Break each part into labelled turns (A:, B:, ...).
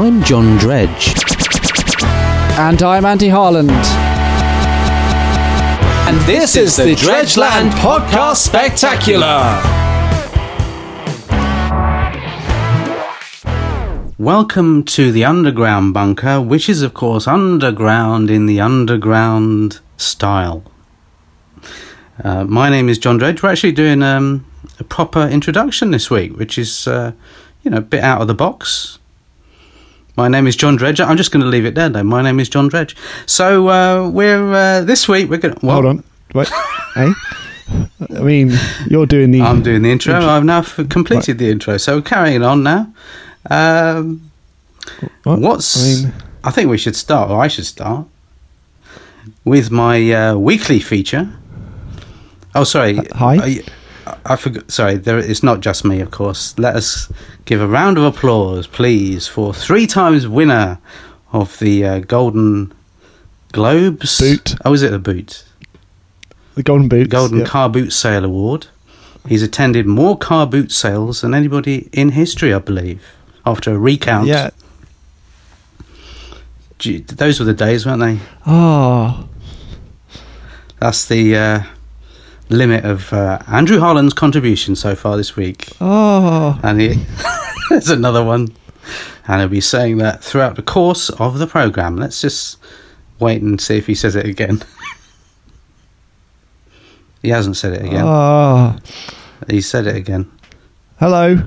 A: I'm John Dredge.
B: And I'm Andy Harland.
A: And this, is the Dredgeland Podcast Spectacular. Welcome to the Underground Bunker, which is, of course, underground in the underground style. Uh, my name is John Dredge. We're actually doing um, a proper introduction this week, which is, uh, you know, a bit out of the box. My name is John Dredge. I'm just going to leave it there, though. My name is John Dredge. So uh, we're uh, this week we're going. to...
C: Hold on. Wait. eh? I mean, you're doing the.
A: I'm doing the intro. I've now f- completed the intro, so carrying on now. Um,
C: What?
A: what's?
C: I
A: I,
C: mean-
A: think we should start, or I should start, with my uh, weekly feature. Oh, sorry.
C: hi.
A: I, I forgot. Sorry, there, it's not just me, of course. Let us give a round of applause, please, for three times winner of the uh, Golden Globes.
C: Boot.
A: Oh, is it a boot?
C: The Golden Boots.
A: Golden
C: yeah.
A: Car Boot Sale Award. He's attended more car boot sales than anybody in history, I believe. After a recount,
C: Yeah.
A: Gee, those were the days, weren't they?
C: Oh.
A: That's the uh, limit of uh, Andrew Holland's contribution so far this week,
C: Oh.
A: and he, there's another one, and he'll be saying that throughout the course of the program. Let's just wait and see if he says it again. he hasn't said it again.
C: Oh.
A: He said it again.
C: Hello.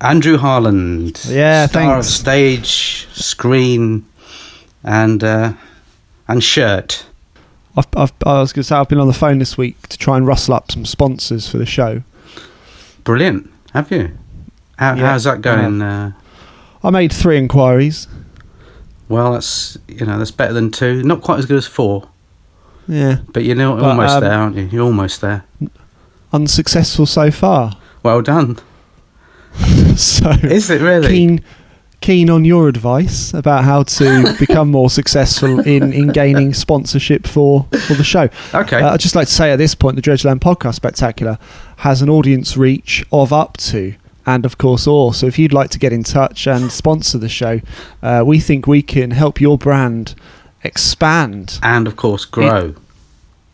A: Andrew Harland.
C: Yeah,
A: star
C: thanks.
A: of stage, screen, and uh, and shirt.
C: I've, I've, I was going to say, I've been on the phone this week to try and rustle up some sponsors for the show.
A: Brilliant. Have you? How,
C: Yeah,
A: how's that going? Uh,
C: I made three inquiries.
A: well, that's you know that's better than two. Not quite as good as four,
C: Yeah.
A: but you're not-
C: But,
A: almost
C: um,
A: there, aren't you? You're almost there.
C: Unsuccessful so far.
A: Well done.
C: so.
A: Is it really?
C: Keen. Keen on your advice about how to become more successful in, in gaining sponsorship for, for the show.
A: Okay.
C: Uh, I'd just like to say at this point, the Dredgeland Podcast Spectacular has an audience reach of up to and, of course, all. So if you'd like to get in touch and sponsor the show, uh, we think we can help your brand expand
A: and of course, grow.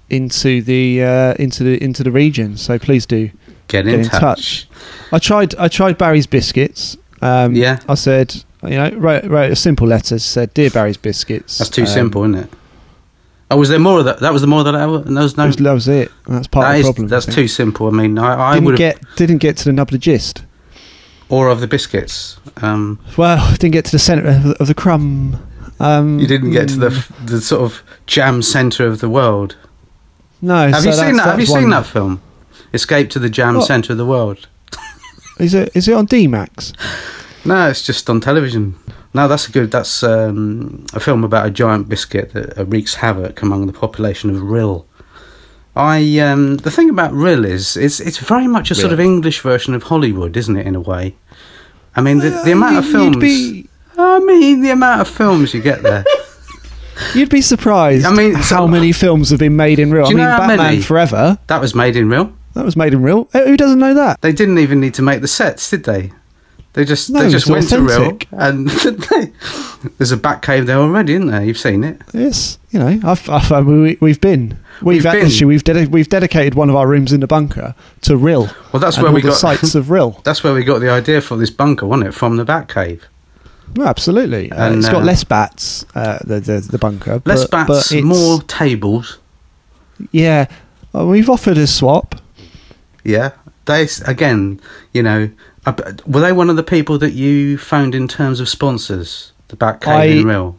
C: into the uh, into the into the region. So please do.
A: get in,
C: get in
A: touch.
C: touch. I tried I tried Barry's biscuits. Um,
A: Yeah.
C: I said you know wrote, wrote a simple letter said dear Barry's biscuits.
A: That's too
C: Um,
A: simple, isn't it? Oh, was there more of that? That was the more that I and there was no.
C: That was, that was it. That's part
A: that
C: of the
A: is-
C: problem. I
A: that's
C: think.
A: too simple. I mean, I, I
C: Didn't
A: would have
C: get didn't get to the nub of the gist.
A: or of the biscuits. Um, well,
C: Well, I didn't get to the centre of the, of the crumb. Um,
A: you didn't get to the
C: mm,
A: f- the sort of jam centre of the world.
C: No.
A: Have
C: so
A: you seen
C: that's-
A: that? Have you
C: that's
A: seen
C: one.
A: that film? Escape to the jam
C: What?
A: centre of the world.
C: Is it is it on DMAX?
A: No, it's just on television. No, that's a good. That's um, a film about a giant biscuit that uh, wreaks havoc among the population of Rill. I um, the thing about Rill is it's it's very much a sort of English version of Hollywood, isn't it? In a way, I mean the, the amount of
C: Uh, You'd
A: films.
C: be-
A: I mean the amount of films you get there.
C: You'd be surprised.
A: I mean,
C: how
A: so-
C: many films have been made in real?
A: Do
C: I
A: you
C: mean,
A: know how
C: Batman
A: many?
C: Forever
A: that was made in Rill.
C: that was made in real. Eh, Who doesn't know that?
A: They didn't even need to make the sets, did they? They just
C: No,
A: they
C: it
A: just went
C: was
A: to
C: authentic.
A: Rill and they, there's a bat cave there already, isn't there? You've seen it.
C: Yes, you know, I've, I've, I mean, we, we've been we've,
A: We've been.
C: actually we've dedi- we've dedicated one of our rooms in the bunker to Rill.
A: Well, that's
C: and
A: where
C: all
A: we
C: the
A: got-
C: sights of Rill.
A: That's where we got the idea for this bunker, wasn't it? From the bat cave.
C: No, absolutely, uh,
A: And,
C: it's
A: uh,
C: got less bats. Uh, the, the the bunker.
A: Less
C: but- but
A: bats,
C: it's-
A: more tables.
C: Yeah, Uh, we've offered a swap.
A: Yeah. They s- again, you know, I b- were they one of the people that you found in terms of sponsors? The bat cave
C: I-
A: in Rill.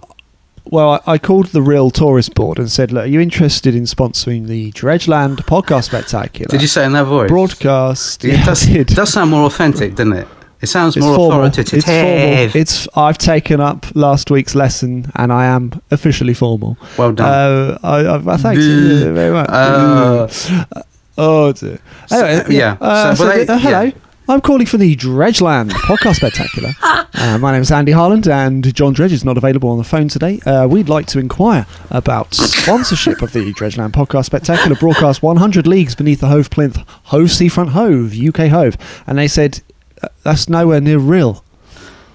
C: Well, I, I called the Real Tourist Board and said, "Look, are you interested in sponsoring the Dredgeland Podcast Spectacular?"
A: Did you say in that voice?
C: broadcast?
A: Yeah, it does,
C: I did.
A: does sound more authentic, doesn't it? It sounds more authoritative.
C: It's formal. It's I've taken up last week's lesson and I am officially formal.
A: well done.
C: Uh, I, I, I thanks
A: Duh.
C: uh, very much.
A: Uh,
C: Mm. oh dear.
A: So,
C: Anyway,
A: yeah.
C: Uh,
A: So,
C: so
A: well,
C: th-
A: they-
C: uh, hello.
A: yeah.
C: I'm calling for the Dredgeland podcast spectacular. Uh, my name is Andy Harland, and John Dredge is not available on the phone today. Uh, we'd like to inquire about sponsorship of the Dredgeland podcast spectacular broadcast 100 leagues beneath the Hove plinth, Hove Seafront Hove, UK Hove, and they said uh, that's nowhere near real.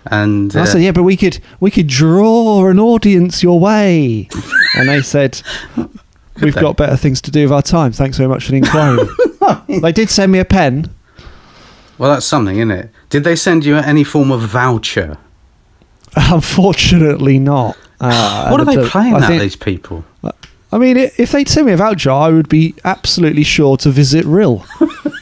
A: And
C: I
A: uh,
C: said, yeah, but we could we could draw an audience your way. and they said, we've
A: they?
C: got better things to do with our time. Thanks very much for the inquiry. they did send me a pen.
A: well, that's something, isn't it? Did they send you any form of voucher?
C: Unfortunately, not. Uh,
A: what are
C: and
A: they
C: the-
A: playing
C: I
A: at?
C: think-
A: These people.
C: I mean, i- if they'd send me a voucher, I would be absolutely sure to visit Rill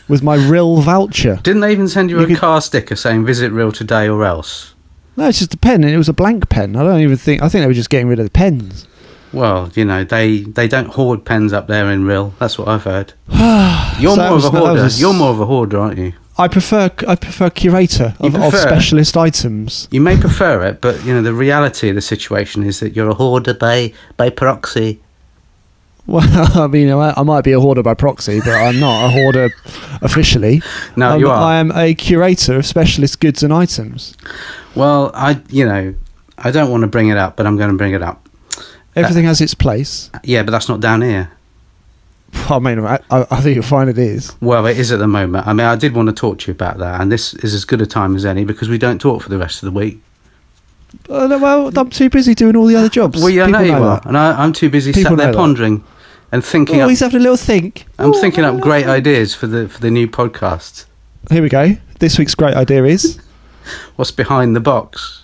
C: with my Rill voucher.
A: Didn't they even send you,
C: You
A: a
C: could-
A: car sticker saying "Visit Real today or else"?
C: No, it's just a pen, and it was a blank pen. I don't even think. I think they were just getting rid of the pens.
A: Well, you know they they don't hoard pens up there in Real. That's what I've heard. You're
C: So that
A: more
C: was-
A: of a
C: that was
A: hoarder.
C: a s-
A: You're more of a hoarder, aren't you?
C: I prefer. I prefer curator
A: You
C: of, of
A: prefer?
C: specialist items.
A: You may prefer it, but you know the reality of the situation is that you're a hoarder by by proxy.
C: Well, I mean, I might, I might be a hoarder by proxy, but I'm not a hoarder officially.
A: No,
C: Um,
A: you are. Uh,
C: I am a curator of specialist goods and items.
A: Well, I you know I don't want to bring it up, but I'm going to bring it up.
C: Everything has its place.
A: Yeah, but that's not down here.
C: I mean, I, I I think you'll find it is.
A: Well, it is at the moment. I mean, I did want to talk to you about that, and this is as good a time as any because we don't talk for the rest of the week.
C: Uh, no, well, I'm too busy doing all the other jobs.
A: Well, yeah, I
C: People
A: know you
C: know
A: are,
C: that.
A: and I, I'm too busy
C: People
A: sat there
C: know that.
A: pondering and thinking.
C: Oh,
A: up,
C: he's having a little think.
A: I'm
C: Oh,
A: thinking
C: having
A: up
C: a little
A: great
C: think.
A: ideas for the for the new podcast.
C: Here we go. This week's great idea is
A: What's behind the box?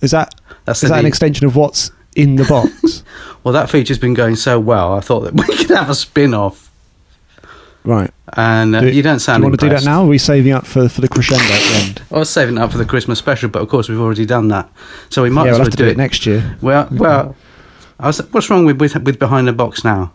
C: is that
A: That's
C: is
A: the
C: that an
A: new-
C: extension of what's in the box?
A: well, that feature's been going so well. I thought that we could have a spin-off,
C: right.
A: and uh,
C: Do-
A: you don't
C: Do
A: sound.
C: you want to do that
A: impressed.
C: now? Or are we saving up for for the crescendo at the end?
A: I was saving it up for the Christmas special, but of course we've already done that, so we might
C: yeah,
A: as
C: we'll
A: well
C: have to do it next year.
A: Well, well, I was, what's wrong with, with with behind the box now?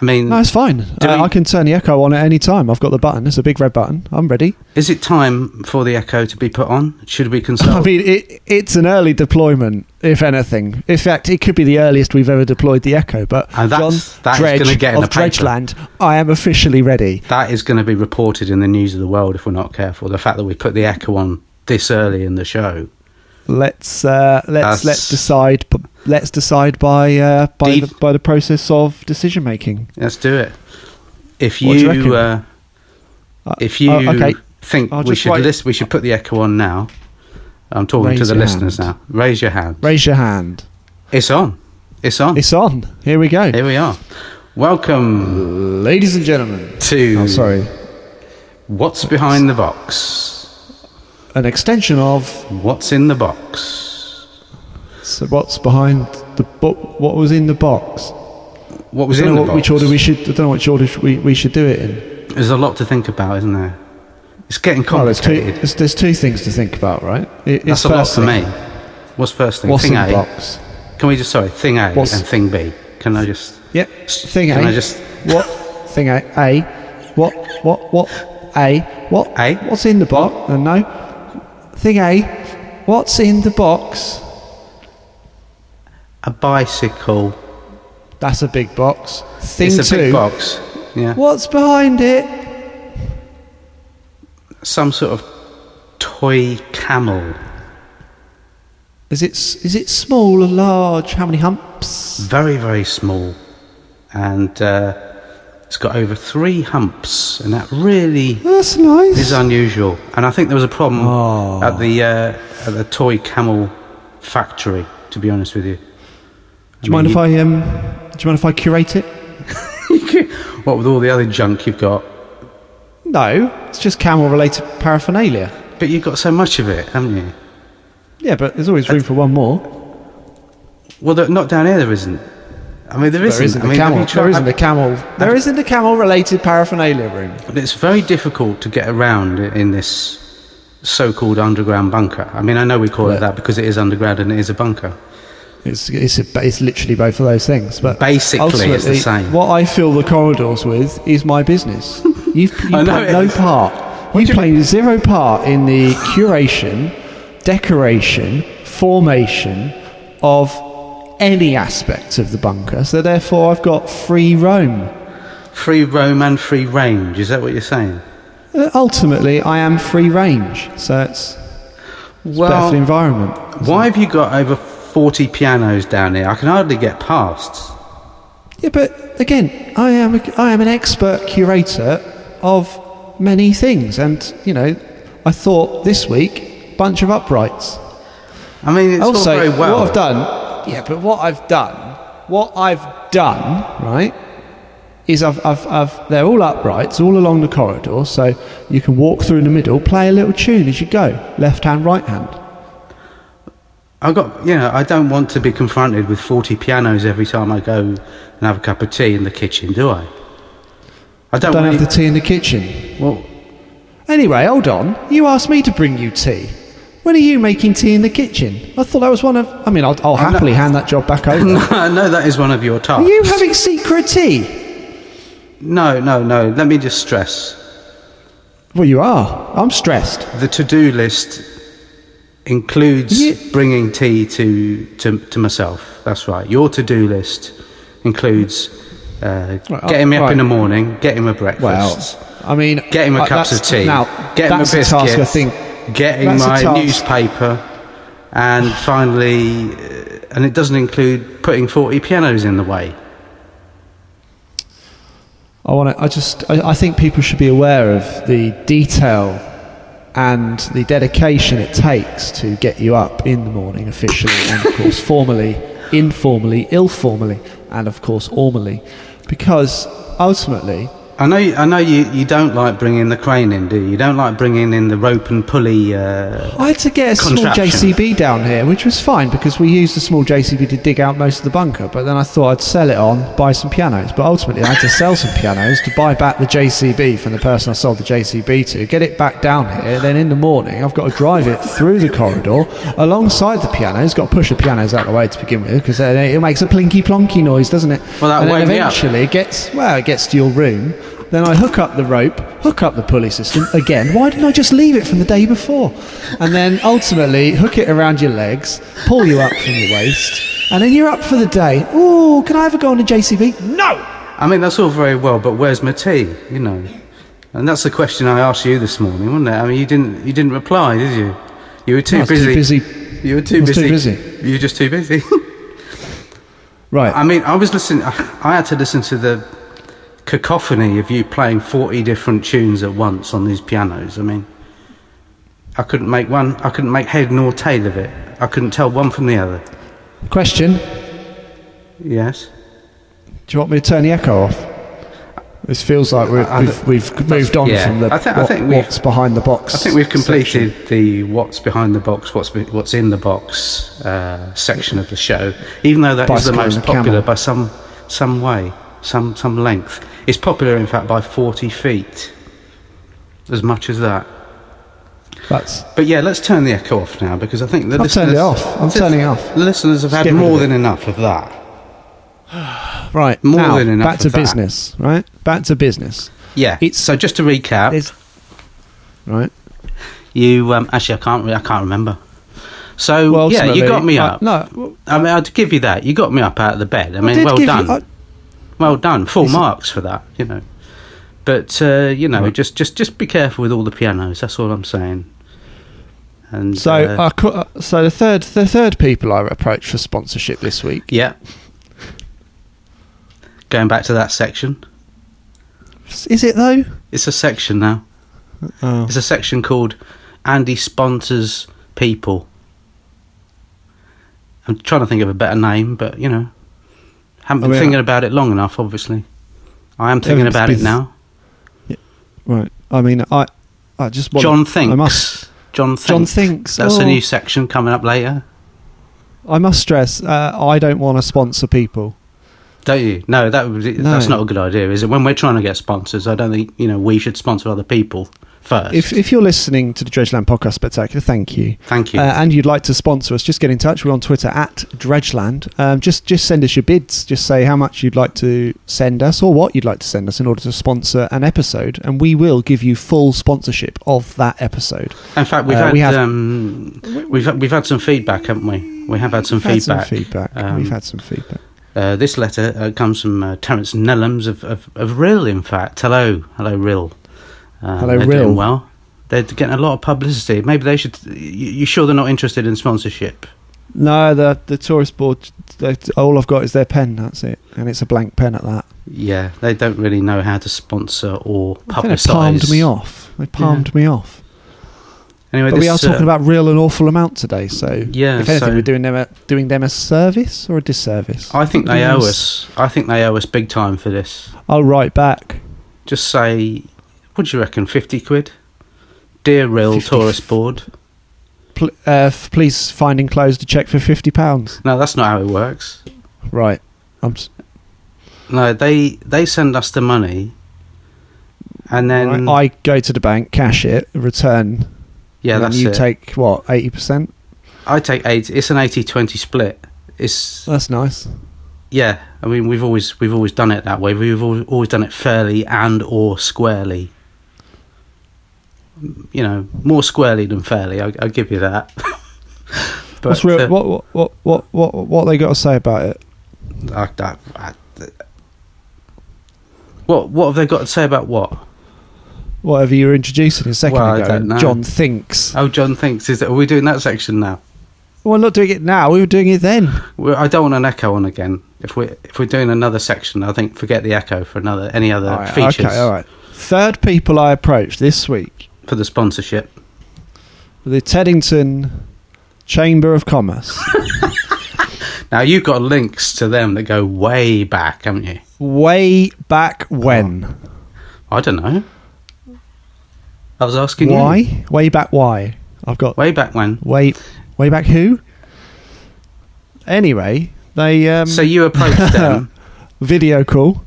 A: I mean,
C: No, it's fine.
A: Mm. Do
C: Uh,
A: we-
C: I can turn the echo on at any time. I've got the button. It's a big red button. I'm ready.
A: is it time for the echo to be put on? Should we consult?
C: I mean, it, it's an early deployment, if anything. In fact, it could be the earliest we've ever deployed the echo. But
A: And that's-
C: John
A: that's
C: Dredge
A: gonna get in
C: of
A: the paper.
C: Dredgeland, I am officially ready.
A: that is going to be reported in the news of the world if we're not careful. The fact that we put the echo on this early in the show.
C: Let's uh, let's
A: That's-
C: let's decide. p- Let's decide by uh, by
A: Deed-
C: the, by the process of decision making.
A: Let's do it. If you,
C: What do you reckon?
A: uh,
C: Uh,
A: if you
C: oh, okay.
A: think
C: I'll
A: we
C: just
A: should
C: write-
A: list, we should put the echo on now. I'm talking to
C: Raise
A: the
C: your
A: listeners
C: hand.
A: now. Raise your hand.
C: Raise your hand.
A: It's on. It's on.
C: It's on. Here we go,
A: Here we are. Welcome
C: ladies and gentlemen.
A: to
C: Oh, sorry.
A: What's Behind the Box?
C: An extension of
A: What's in the box?
C: so what's behind the book. What was in the box?
A: What was
C: I
A: in
C: don't
A: the
C: know
A: box?
C: what, which order we should. I don't know which order sh- we, we should do it in.
A: There's a lot to think about, isn't there? It's getting
C: Well, there's two,
A: complicated.
C: there's, there's two things to think about, right? It,
A: That's a lot for me. What's first thing?
C: What's
A: thing
C: in
A: A.
C: the box?
A: Can we just sorry? Thing A
C: What's-
A: and thing B. Can I just?
C: Yep. Thing A.
A: Can I just-
C: What? Thing A. A. What? What? What? A. What?
A: A.
C: What's in the box? Uh, no. Thing A. What's in the box?
A: A bicycle.
C: That's a big box. Thing
A: It's a
C: two.
A: big box. Yeah.
C: What's behind it?
A: Some sort of toy camel.
C: Is it s- is it small or large? How many humps?
A: Very very small, and uh, it's got over three humps, and that really
C: That's nice.
A: is unusual. And I think there was a problem
C: Oh.
A: at the uh, at the toy camel factory. To be honest with you.
C: do you mind if I um? Do you mind if I curate it?
A: What with all the other junk you've got?
C: No, it's just camel-related paraphernalia.
A: But you've got so much of it, haven't you?
C: Yeah, but there's always room for one more.
A: Well, there, not down here there isn't. I mean, there isn't.
C: There isn't
A: I
C: a
A: mean, have
C: camel.
A: you tried-
C: There isn't a camel. There isn't a camel-related paraphernalia room.
A: But It's very difficult to get around i- in this so-called underground bunker. I mean, I know we call it
C: Right.
A: that because it is underground and it is a bunker.
C: It's it's, a, it's literally both of those things. But
A: Basically, it's the
C: ultimately,
A: same.
C: What I fill the corridors with is my business. You've you
A: I
C: played
A: know it
C: no
A: is.
C: part. You
A: do you
C: played zero part in the curation, decoration, formation of any aspect of the bunker. So therefore, I've got free roam.
A: Free roam and free range. Is that what you're saying?
C: Uh, Ultimately, I am free range, so it's better for the
A: Well,
C: environment.
A: why have you got over 40 pianos down here? I can hardly get past.
C: Yeah, but again, I am a, I am an expert curator of many things, and you know, I thought this week bunch of uprights.
A: I mean, it's
C: also,
A: all very well.
C: what I've done, yeah, but what I've done, what I've done, right, is I've, I've, I've, they're all uprights all along the corridor, so you can walk through the middle, play a little tune as you go, left hand, right hand.
A: I got, you know, I don't want to be confronted with 40 pianos every time I go and have a cup of tea in the kitchen, do I? I don't,
C: Don't
A: want
C: have the
A: it-
C: tea in the kitchen.
A: well,
C: Anyway, hold on. You asked me to bring you tea. When are you making tea in the kitchen? I thought that was one of. I mean, I'll, I'll happily hand that job back over.
A: I know that is one of your
C: Are
A: tasks.
C: you having secret tea?
A: No, no, no. Let me just stress
C: Well, you are. I'm stressed.
A: the to do list includes
C: You-
A: bringing tea to, to, to myself. That's right. Your to do list includes uh,
C: Right, I-
A: getting me up
C: right.
A: in the morning, getting my
C: Well,
A: breakfast.
C: I mean,
A: Getting my
C: uh,
A: cups of
C: that's-
A: tea.
C: Now,
A: getting
C: that's
A: my
C: a
A: biscuit,
C: task I think.
A: Getting
C: that's a
A: my
C: task.
A: newspaper, and finally, uh, and it doesn't include putting forty pianos in the way.
C: I want to. I just. I, I think people should be aware of the detail and the dedication it takes to get you up in the morning, officially and of course formally, informally, ill-formally, and of course ormally, because ultimately,
A: I know, I know you, you don't like bringing the crane in, do you? You don't like bringing in the rope and pulley. Uh,
C: I had to get a small
A: Contraption.
C: JCB down here, which was fine because we used a small JCB to dig out most of the bunker. But then I thought I'd sell it on, buy some pianos. But ultimately, I had to sell some pianos to buy back the JCB from the person I sold the JCB to, get it back down here. Then in the morning, I've got to drive it through the corridor alongside the pianos. Got to push the pianos out of the way to begin with because it makes a plinky plonky noise, doesn't it?
A: Well, that
C: and then
A: woke me up.
C: eventually it gets well, it gets to your room. Then I hook up the rope, hook up the pulley system again. Why didn't I just leave it from the day before? And then ultimately hook it around your legs, pull you up from your waist, and then you're up for the day. Ooh, can I ever go on a JCB? No.
A: I mean, that's all very well, but where's my tea? You know, and that's the question I asked you this morning, wasn't it? I mean, you didn't you didn't reply, did you? You were too
C: I was too
A: busy.
C: busy.
A: You were too
C: I was
A: busy.
C: too busy.
A: You were just too busy.
C: Right.
A: I mean, I was listening. I I had to listen to the cacophony of you playing forty different tunes at once on these pianos. I mean, I couldn't make one. I couldn't make head nor tail of it. I couldn't tell one from the other.
C: Question:
A: Yes.
C: Do you want me to turn the echo off? This feels like we're,
A: I- I
C: we've, we've moved on
A: yeah.
C: from the
A: I think- I
C: what-
A: think we've-
C: what's behind the box.
A: I think we've
C: section.
A: completed the what's behind the box, what's be, what's in the box uh, section of the show. Even though that is the
C: Bicycle and
A: most
C: the
A: popular
C: camel.
A: by some some way, some some length. It's popular, in fact, by forty feet. As much as that.
C: That's
A: But yeah, let's turn the echo off now because I think the
C: I've turned it
A: listeners-
C: off. I'm turning it off.
A: The listeners have had
C: Get rid
A: more
C: of it.
A: than enough of that.
C: Right.
A: More
C: now,
A: than enough
C: Back to
A: of that.
C: business, right? Back to business.
A: Yeah.
C: It's-
A: so just to recap,
C: There's- Right.
A: you um, actually I can't re- I can't remember. So
C: Well,
A: yeah, you
C: ultimately,
A: got me
C: I-
A: up.
C: no, well-
A: I mean I'd give you that. You got me up out of the bed. I mean,
C: did
A: well
C: give you-
A: done,
C: I-
A: well done. Full
C: Is it-
A: marks for that, you know. But uh, you know, just just just be careful with all the pianos. That's all I'm saying. And
C: So,
A: uh,
C: I cou- uh, so the third, the third people I approached for sponsorship this week.
A: yeah, going back to that section.
C: Is it though?
A: It's a section now.
C: Oh.
A: It's a section called Andy Sponsors People. I'm trying to think of a better name, but you know, haven't been
C: I mean,
A: thinking about it long enough, obviously. I am thinking
C: it's
A: about
C: been
A: it now.
C: Right. I mean, I, I just want
A: John Thinks.
C: I must.
A: John Thinks.
C: John thinks.
A: That's a
C: oh.
A: new section coming up later.
C: I must stress, uh, I don't want to sponsor people.
A: Don't you? No, that would be,
C: No.
A: that's not a good idea, is it? When we're trying to get sponsors, I don't think you know we should sponsor other people first.
C: If, if you're listening to the Dredgeland Podcast Spectacular, thank you.
A: Thank you.
C: Uh, and you'd like to sponsor us, just get in touch. We're on Twitter at Dredgeland. Um, just just send us your bids. Just say how much you'd like to send us or what you'd like to send us in order to sponsor an episode, and we will give you full sponsorship of that episode.
A: In fact, we've
C: uh,
A: had
C: we have-
A: um, we've had- we've had some feedback, haven't we? We have had some
C: We've had some
A: feedback.
C: feedback.
A: Um,
C: We've had some feedback.
A: Uh, this letter uh, comes from uh, Terence Nellums of, of, of Rill, in fact. Hello, hello, Rill. Um,
C: Hello,
A: they're
C: Rill.
A: Doing well, they're getting a lot of publicity. Maybe they should. You, you sure they're not interested in sponsorship?
C: No, the the tourist board. they- All I've got is their pen. That's it, and it's a blank pen at that.
A: Yeah, they don't really know how to sponsor or
C: I think They palmed
A: publicise.
C: me off. They palmed me off.
A: Anyway,
C: But
A: this,
C: we are
A: uh,
C: talking about real and awful amount today, so
A: Yeah,
C: if anything,
A: so-
C: we're doing them a, doing them a service or a disservice.
A: I think they owe
C: Yes.
A: us. I think they owe us big time for this.
C: I'll write back.
A: Just say, what do you reckon? Fifty quid. Dear Real
C: 50.
A: Tourist Board.
C: Pl- uh, f- please find enclosed a check for fifty pounds.
A: No, that's not how it works.
C: Right. I'm s-
A: No, they they send us the money, and then
C: right. I go to the bank, cash it, return.
A: yeah,
C: and then
A: that's
C: you
A: it.
C: take what eighty percent.
A: I take eight. It's an 80-20 split. It's
C: That's nice.
A: yeah. I mean, we've always we've always done it that way. We've always, always done it fairly and or squarely. You know, more squarely than fairly. I, I'll give you that. but
C: What's real?
A: uh,
C: what, what what what what what they got to say about it?
A: I, I, I, what what have they got to say about what?
C: Whatever you were introducing a second
A: Well, I
C: ago,
A: don't know.
C: John thinks.
A: Oh, John thinks is that are we doing that section now?
C: Well, not doing it now. We were doing it then.
A: Well, I don't want an echo on again. If we if we're doing another section, I think forget the echo for another any other
C: All right,
A: features
C: Okay, all right. Third people I approached this week
A: for the sponsorship.
C: the Teddington Chamber of Commerce.
A: Now you've got links to them that go way back, haven't you?
C: Way back when?
A: I don't know. I was asking you.
C: why? Way back why? I've got
A: Way back when.
C: way way back who? Anyway, they um,
A: so you approached them.
C: video call,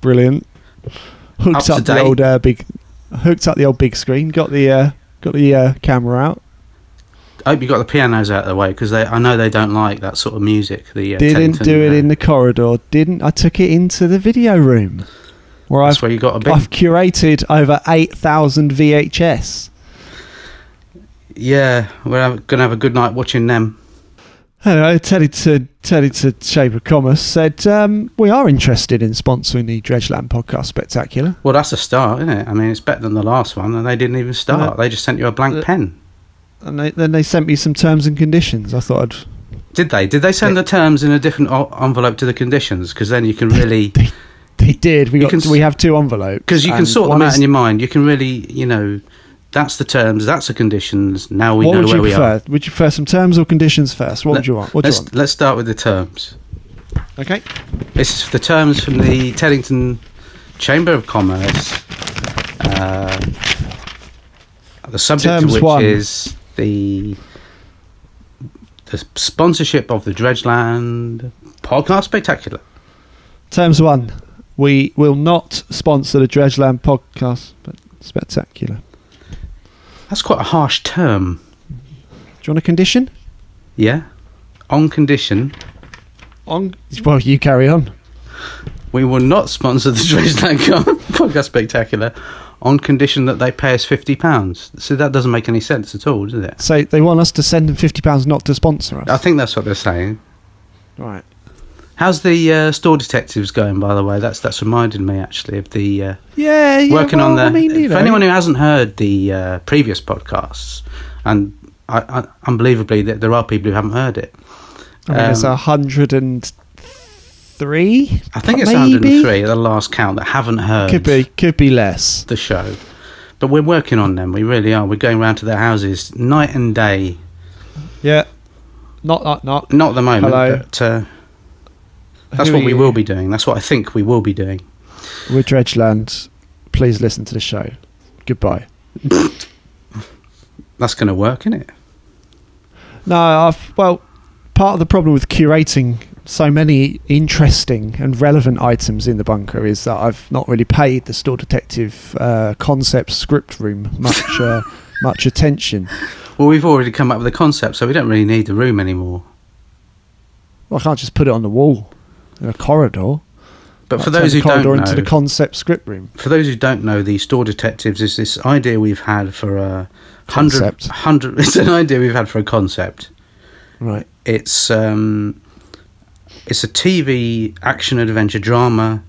C: brilliant.
A: Up
C: Hooked
A: to
C: up, the
A: date.
C: old uh, big, hooked up the old big screen. Got the uh, got the uh, camera out.
A: I hope you got the pianos out of the way because I know they don't like that sort of music. The uh,
C: didn't
A: Teddington,
C: do it
A: uh,
C: in the corridor. Didn't I took it into the video room where
A: That's
C: I've
A: where you got a bit.
C: I've curated over eight thousand VHS.
A: Yeah, we're gonna have a good night watching them.
C: Hello, Teddy to Teddy to Chamber of Commerce said um, we are interested in sponsoring the Dredgeland Podcast Spectacular.
A: Well, that's a start, isn't it? I mean, it's better than the last one, and they didn't even start.
C: Uh,
A: they just sent you a blank
C: uh,
A: pen.
C: And they, then they sent me some terms and conditions. I thought I'd,
A: Did they? Did they send the terms in a different o- envelope to the conditions? Because then you can really,
C: they did. We
A: You
C: got
A: can s-
C: we have two envelopes
A: because you can
C: and
A: sort
C: one
A: them out
C: is-
A: in your mind. You can really, you know, that's the terms, that's the conditions. Now we
C: what
A: know
C: would
A: where
C: you
A: we
C: prefer?
A: are.
C: Would you prefer some terms or conditions first? What
A: Let-
C: would you want? What do you
A: let's
C: want?
A: let's start with the terms.
C: Okay.
A: This is the terms from the Teddington Chamber of Commerce. Uh, the subject
C: Terms
A: of which
C: one.
A: is the the sponsorship of the Dredgeland Podcast Spectacular.
C: Terms one. We will not sponsor the Dredgeland podcast but spectacular.
A: That's quite a harsh term.
C: Do you want a condition?
A: Yeah. On condition,
C: On Well, you carry on.
A: we will not sponsor the Dresden Podcast Spectacular on condition that they pay us £50. So that doesn't make any sense at all, does it?
C: So they want us to send them fifty pounds not to sponsor us.
A: I think that's what they're saying.
C: right.
A: How's the uh, store detectives going, by the way? That's that's reminded me actually of the uh,
C: Yeah, yeah.
A: working on the.
C: well, I mean, you
A: for
C: know,
A: anyone who hasn't heard the uh, previous podcasts, and I, I, unbelievably, that there are people who haven't heard it.
C: I mean, there's
A: um,
C: a hundred and three.
A: I think it's
C: Maybe.
A: 103 at the last count that haven't heard.
C: Could be, could be less.
A: the show. But we're working on them. We really are. We're going round to their houses night and day.
C: Yeah. Not, not, not.
A: Not at the moment,
C: Hello.
A: but uh, that's
C: Who
A: what
C: are
A: we
C: you?
A: will be doing. That's what I think we will be doing.
C: We're Dredgeland. Please listen to the show. Goodbye.
A: That's going to work, isn't it?
C: No, I've well, part of the problem with curating so many interesting and relevant items in the bunker is that I've not really paid the store detective uh, concept script room much uh, much attention.
A: Well, we've already come up with a concept, so we don't really need the room anymore.
C: Well, I can't just put it on the wall in a corridor.
A: But for
C: I'll turn
A: those
C: the
A: who don't
C: corridor
A: know,
C: into the concept script room.
A: for those who don't know, the store detectives is this idea we've had for a hundred.
C: Concept.
A: hundred- It's an idea we've had for a concept.
C: Right.
A: It's um, it's a TV action adventure drama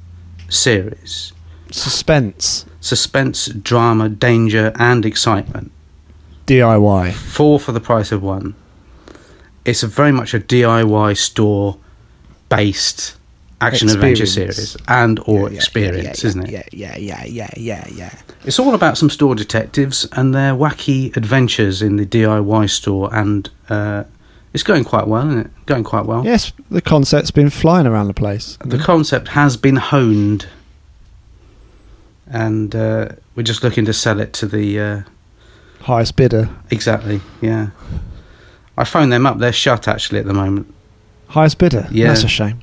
A: series.
C: Suspense
A: suspense, drama, danger, and excitement.
C: DIY.
A: Four for the price of one. It's a very much a DIY store based action adventure
C: Experience.
A: series and or experience,
D: yeah,
A: isn't it?
D: Yeah, yeah, yeah, yeah, yeah, yeah.
A: It's all about some store detectives and their wacky adventures in the DIY store, and uh, it's going quite well, isn't it? Going quite well.
C: Yes, the concept's been flying around the place.
A: The concept has been honed, and uh, we're just looking to sell it to the. Uh,
C: Highest bidder.
A: exactly, yeah. I phoned them up, they're shut actually at the moment,
C: Highest bidder.
A: Yeah.
C: That's a shame.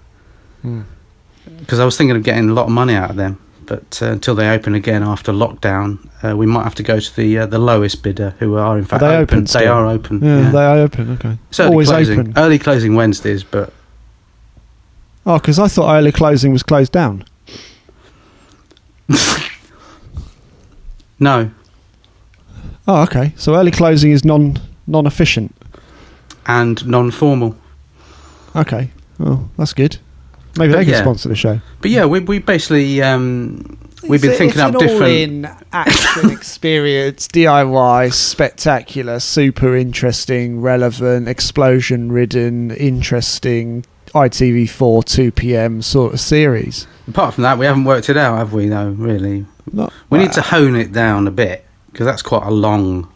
A: because I was thinking of getting a lot of money out of them. But uh, until they open again after lockdown, uh, we might have to go to the uh, the lowest bidder, who are in fact
C: they open
A: open. they
C: still?
A: are open.
C: Yeah,
A: Mm, yeah.
C: they are open. Okay.
A: It's early
C: Always
A: closing.
C: open.
A: Early closing Wednesdays, but
C: Oh, because I thought early closing was closed down.
A: no.
C: Oh, okay. So early closing is non non efficient.
A: And non formal.
C: Okay. Oh, that's good. Maybe
A: But
C: they can
A: yeah.
C: sponsor the show.
A: But yeah, we we basically um, we've been thinking up different
C: action experience, DIY, spectacular, super interesting, relevant, explosion ridden, interesting ITV4 2 p.m. sort of series.
A: apart from that, we haven't worked it out, have we though, really?
C: Not-
A: We need to hone it down a bit, because that's quite a long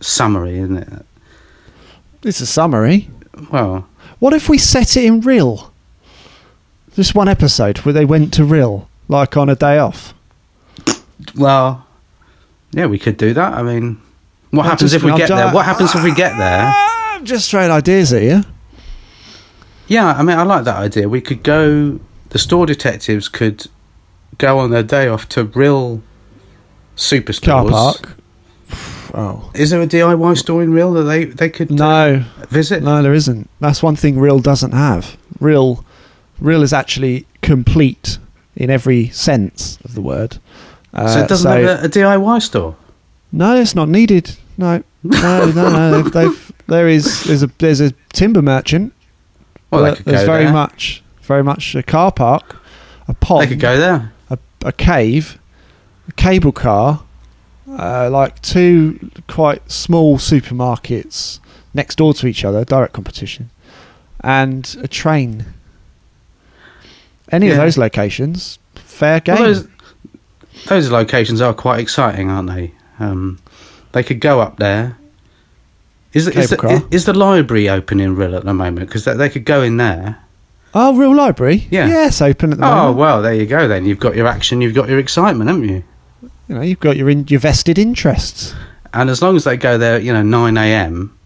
A: summary, isn't it?
C: It's a summary.
A: Well
C: What if we set it in real? Just one episode where they went to real, like on a day off.
A: well Yeah, we could do that. I mean what
C: Well,
A: happens
C: just-
A: if we
C: I'll
A: get
C: di-
A: there? What happens if we get there?
C: Ah, I'm just throwing ideas at you.
A: Yeah, I mean, I like that idea. We could go. The store detectives could go on their day off to real superstores.
C: Car park. Oh.
A: Is there a DIY store in real that they they could uh,
C: No,
A: visit?
C: no, there isn't. That's one thing real doesn't have. Real, real is actually complete in every sense of the word. Uh,
A: so it doesn't have a, a DIY store.
C: No, it's not needed. No, no, no, no. They've, they've, there is there's a there's a timber merchant.
A: Well,
C: but
A: they could go
C: there's very
A: there.
C: much very much a car park, a pond,
A: They could go there.
C: A, a cave, a cable car, uh, like two quite small supermarkets next door to each other, direct competition, and a train. Any of
A: Yeah.
C: those locations, fair game.
A: Well, those those locations are quite exciting, aren't they? Um, they could go up there. Is the, is,
C: Cable
A: the,
C: car.
A: is, the library open in real at the moment? Because they, they could go in there.
C: oh, real library.
A: Yeah.
C: Yes, open at the
A: Oh
C: moment.
A: well, there you go. Then you've got your action, you've got your excitement, haven't you?
C: You know, you've got your in, your vested interests.
A: And as long as they go there, you know, nine a.m.,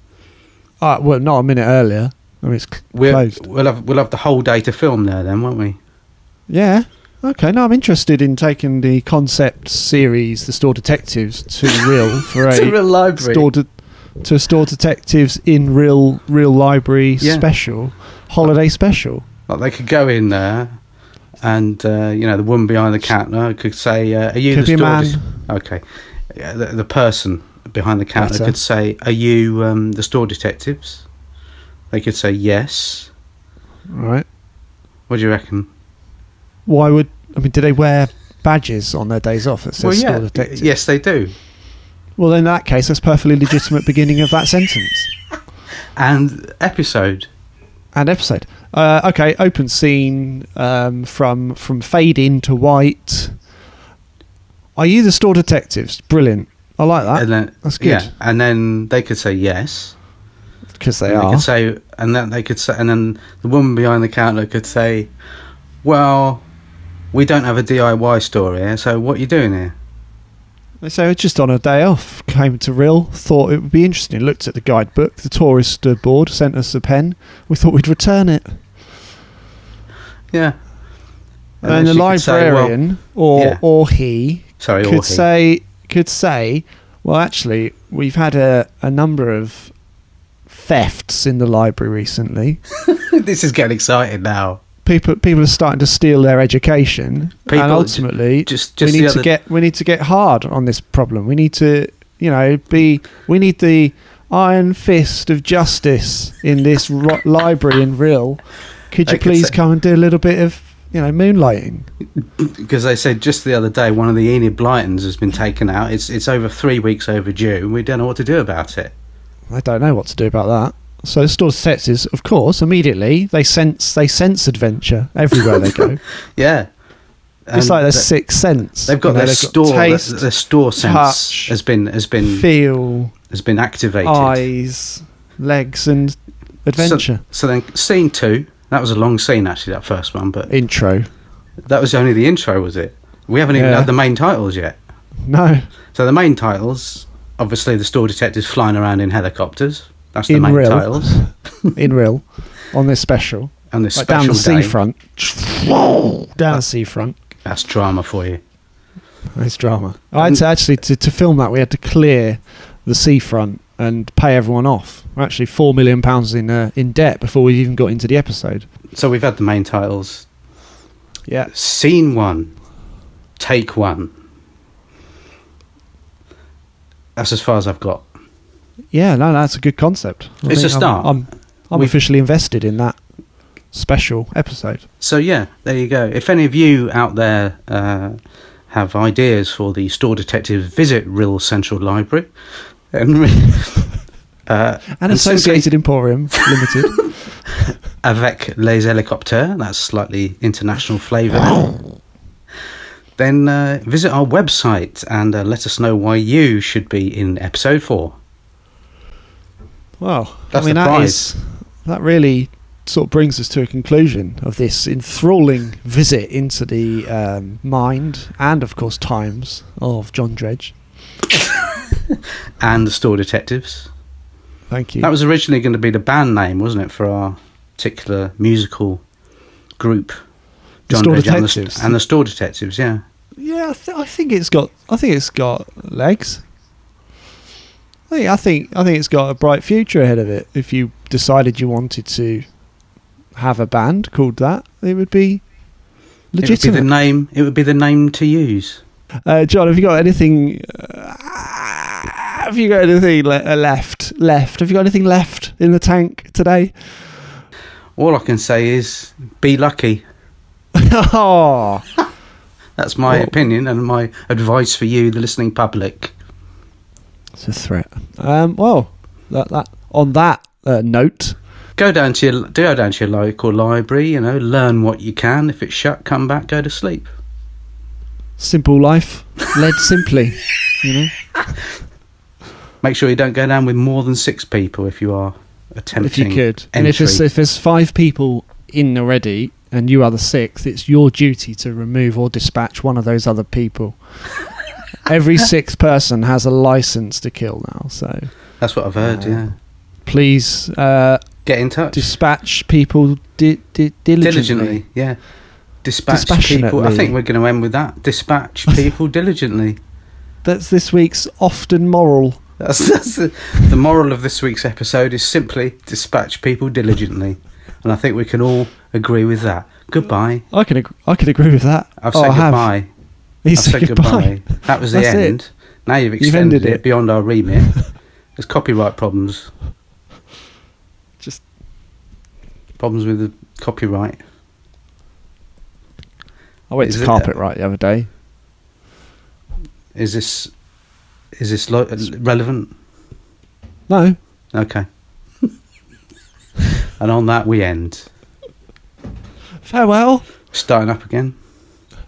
C: Uh, well, not a minute earlier. I mean, it's cl-
A: we'll
C: closed.
A: we'll have we'll have the whole day to film there, then, won't we?
C: Yeah. Okay. No, I'm interested in taking the concept series, the store detectives, to real for a
A: library.
C: store de- to a store detectives in real real library
A: Yeah.
C: special holiday special.
A: Like they could go in there, and uh, you know, the woman behind the counter could say, uh, "Are you
C: Could
A: the
C: be a
A: store?"
C: man.
A: dis- okay, Yeah, the, the person behind the counter
C: Better.
A: could say, "Are you um, the store detectives?" They could say, "Yes."
C: Right.
A: What do you reckon?
C: Why would I mean? Do they wear badges on their days off that says store detective?
A: yes, they do.
C: Well, in that case, that's perfectly legitimate beginning of that sentence.
A: And episode.
C: and episode. Uh, okay, open scene um, from from fade in to white. Are you the store detectives? Brilliant. I like
A: and
C: that
A: then,
C: that's good.
A: Yeah, and then they could say yes.
C: because they
A: and
C: are.
A: could say, and then they could say, and then the woman behind the counter could say, "Well, we don't have a DIY store here, so what are you doing here?"
C: They say "We're just on a day off. Came to Rill, thought it would be interesting. Looked at the guidebook, the tourist uh, board, sent us a pen. We thought we'd return it.
A: Yeah.
C: And,
A: then
C: the
A: she could say, "Well,
C: librarian or
A: yeah.
C: or he
A: sorry,
C: could
A: or he.
C: say could say well actually we've had a, a number of thefts in the library recently
A: this is getting excited now.
C: people people are starting to steal their education
A: People-
C: and ultimately
A: just- just
C: we
A: the
C: need
A: other-
C: to get we need to get hard on this problem we need to you know be we need the iron fist of justice in this ro- library in real could
A: I
C: you
A: could
C: please
A: say-
C: come and do a little bit of you know moonlighting
A: Because they said just the other day one of the Enid Blytons has been taken out. It's it's over three weeks overdue, and we don't know what to do about it.
C: i don't know what to do about that So the store senses, of course, immediately they sense they sense adventure everywhere they go.
A: Yeah.
C: it's
A: And
C: like their
A: th-
C: sixth sense.
A: they've got
C: you know,
A: their
C: they've
A: store their-
C: taste,
A: their store sense
C: touch,
A: has been has been
C: feel,
A: has been activated.
C: eyes, legs, and adventure.
A: So then scene 2, that was a long scene actually that first one, but
C: Intro.
A: that was only the intro was it? We haven't even
C: Yeah.
A: had the main titles yet.
C: No,
A: So the main titles, obviously, the store detectives flying around in helicopters. That's the
C: In
A: main
C: real.
A: titles.
C: in real, on this special,
A: And this
C: like
A: special
C: down the
A: day.
C: seafront. down the seafront.
A: That's drama for you.
C: It's drama. I had to actually to, to film that we had to clear the seafront and pay everyone off. We're actually four million pounds in uh, in debt before we even got into the episode.
A: So we've had the main titles.
C: Yeah,
A: Scene one, take one. That's as far as I've got.
C: yeah. No, no, that's a good concept. I
A: It's a
C: think I'm-
A: start.
C: I'm, I'm
A: We-
C: officially invested in that special episode.
A: So yeah, there you go. If any of you out there uh, have ideas for the store detective visit Real Central Library, and uh,
C: And
A: And simply-
C: Associated Emporium Limited.
A: avec les helicoptères, that's slightly international flavour there, then uh, visit our website and uh, let us know why you should be in episode four.
C: Well,
A: That's
C: I mean
A: the
C: that
A: prize.
C: is that really sort of brings us to a conclusion of this enthralling visit into the um, mind and of course times of John Dredge.
A: And the store detectives.
C: Thank you.
A: That was originally going to be the band name, wasn't it, for our particular musical group?
C: The Store
A: Dredge and the-
C: Detectives.
A: and the store detectives, yeah.
C: Yeah, I, th- I think it's got. I think it's got legs. I think. I think. I think it's got a bright future ahead of it. If you decided you wanted to have a band called that, it would be
A: It would be
C: legitimate.
A: the name. It would be the name to use.
C: uh, John, have you got anything? Uh, have you got anything le- uh, left? Left? Have you got anything left in the tank today?
A: All I can say is be lucky.
C: oh,
A: That's my
C: Well-
A: opinion and my advice for you, the listening public.
C: it's a threat. Um, well, that, that on that uh, note.
A: Go down to your go down to your local library. You know, learn what you can. If it's shut, come back. Go to sleep.
C: simple life led simply you know
A: Make sure you don't go down with more than six people if you are attempting.
C: if you could and
A: entry.
C: if there's, if there's five people in already and you are the sixth it's your duty to remove or dispatch one of those other people every sixth person has a license to kill now so
A: That's what I've heard.
C: Uh,
A: yeah,
C: please uh,
A: get in touch
C: dispatch people di- di- diligently,
A: diligently. Yeah, dispatch people. I
C: Dispassionately.
A: think we're going to end with that. Dispatch people diligently.
C: that's this week's often moral
A: That's, that's the, the moral of this week's episode is simply dispatch people diligently. And I think we can all agree with that. Goodbye.
C: I can ag- I can agree with that
A: I've
C: Oh,
A: said
C: I have.
A: goodbye.
C: He
A: I've
C: said goodbye.
A: That was the
C: That's it.
A: end. Now you've
C: You've ended
A: extended it.
C: it.
A: beyond our remit. There's copyright problems.
C: Just-
A: problems with the copyright.
C: I went
A: Is
C: to
A: it-
C: carpet right the other day
A: Is this is this lo- relevant?
C: no
A: Okay. and on that we end.
C: farewell
A: Starting up again.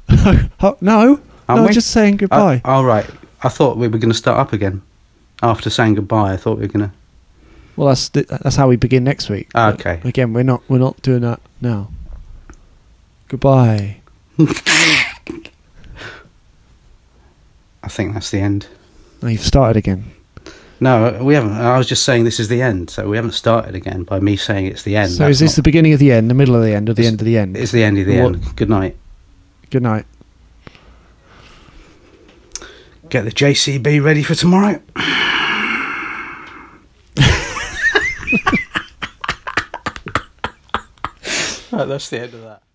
C: Oh, no
A: Aren't
C: no
A: we? Uh,
C: just saying goodbye
A: all right. I thought we were going to start up again after saying goodbye. I thought we were going to.
C: Well, that's th- that's how we begin next week.
A: Ah, okay.
C: Again, we're not we're not doing that now. Goodbye.
A: I think that's the end.
C: Now you've started again.
A: No, we haven't. I was just saying this is the end, so we haven't started again by me saying it's the end.
C: so is this the beginning of the end, the middle of the end, or the
A: It's-
C: end of the end?
A: It's the end of the
C: What-
A: end. Good night.
C: Good night.
A: Get the JCB ready for tomorrow. that's the end of that.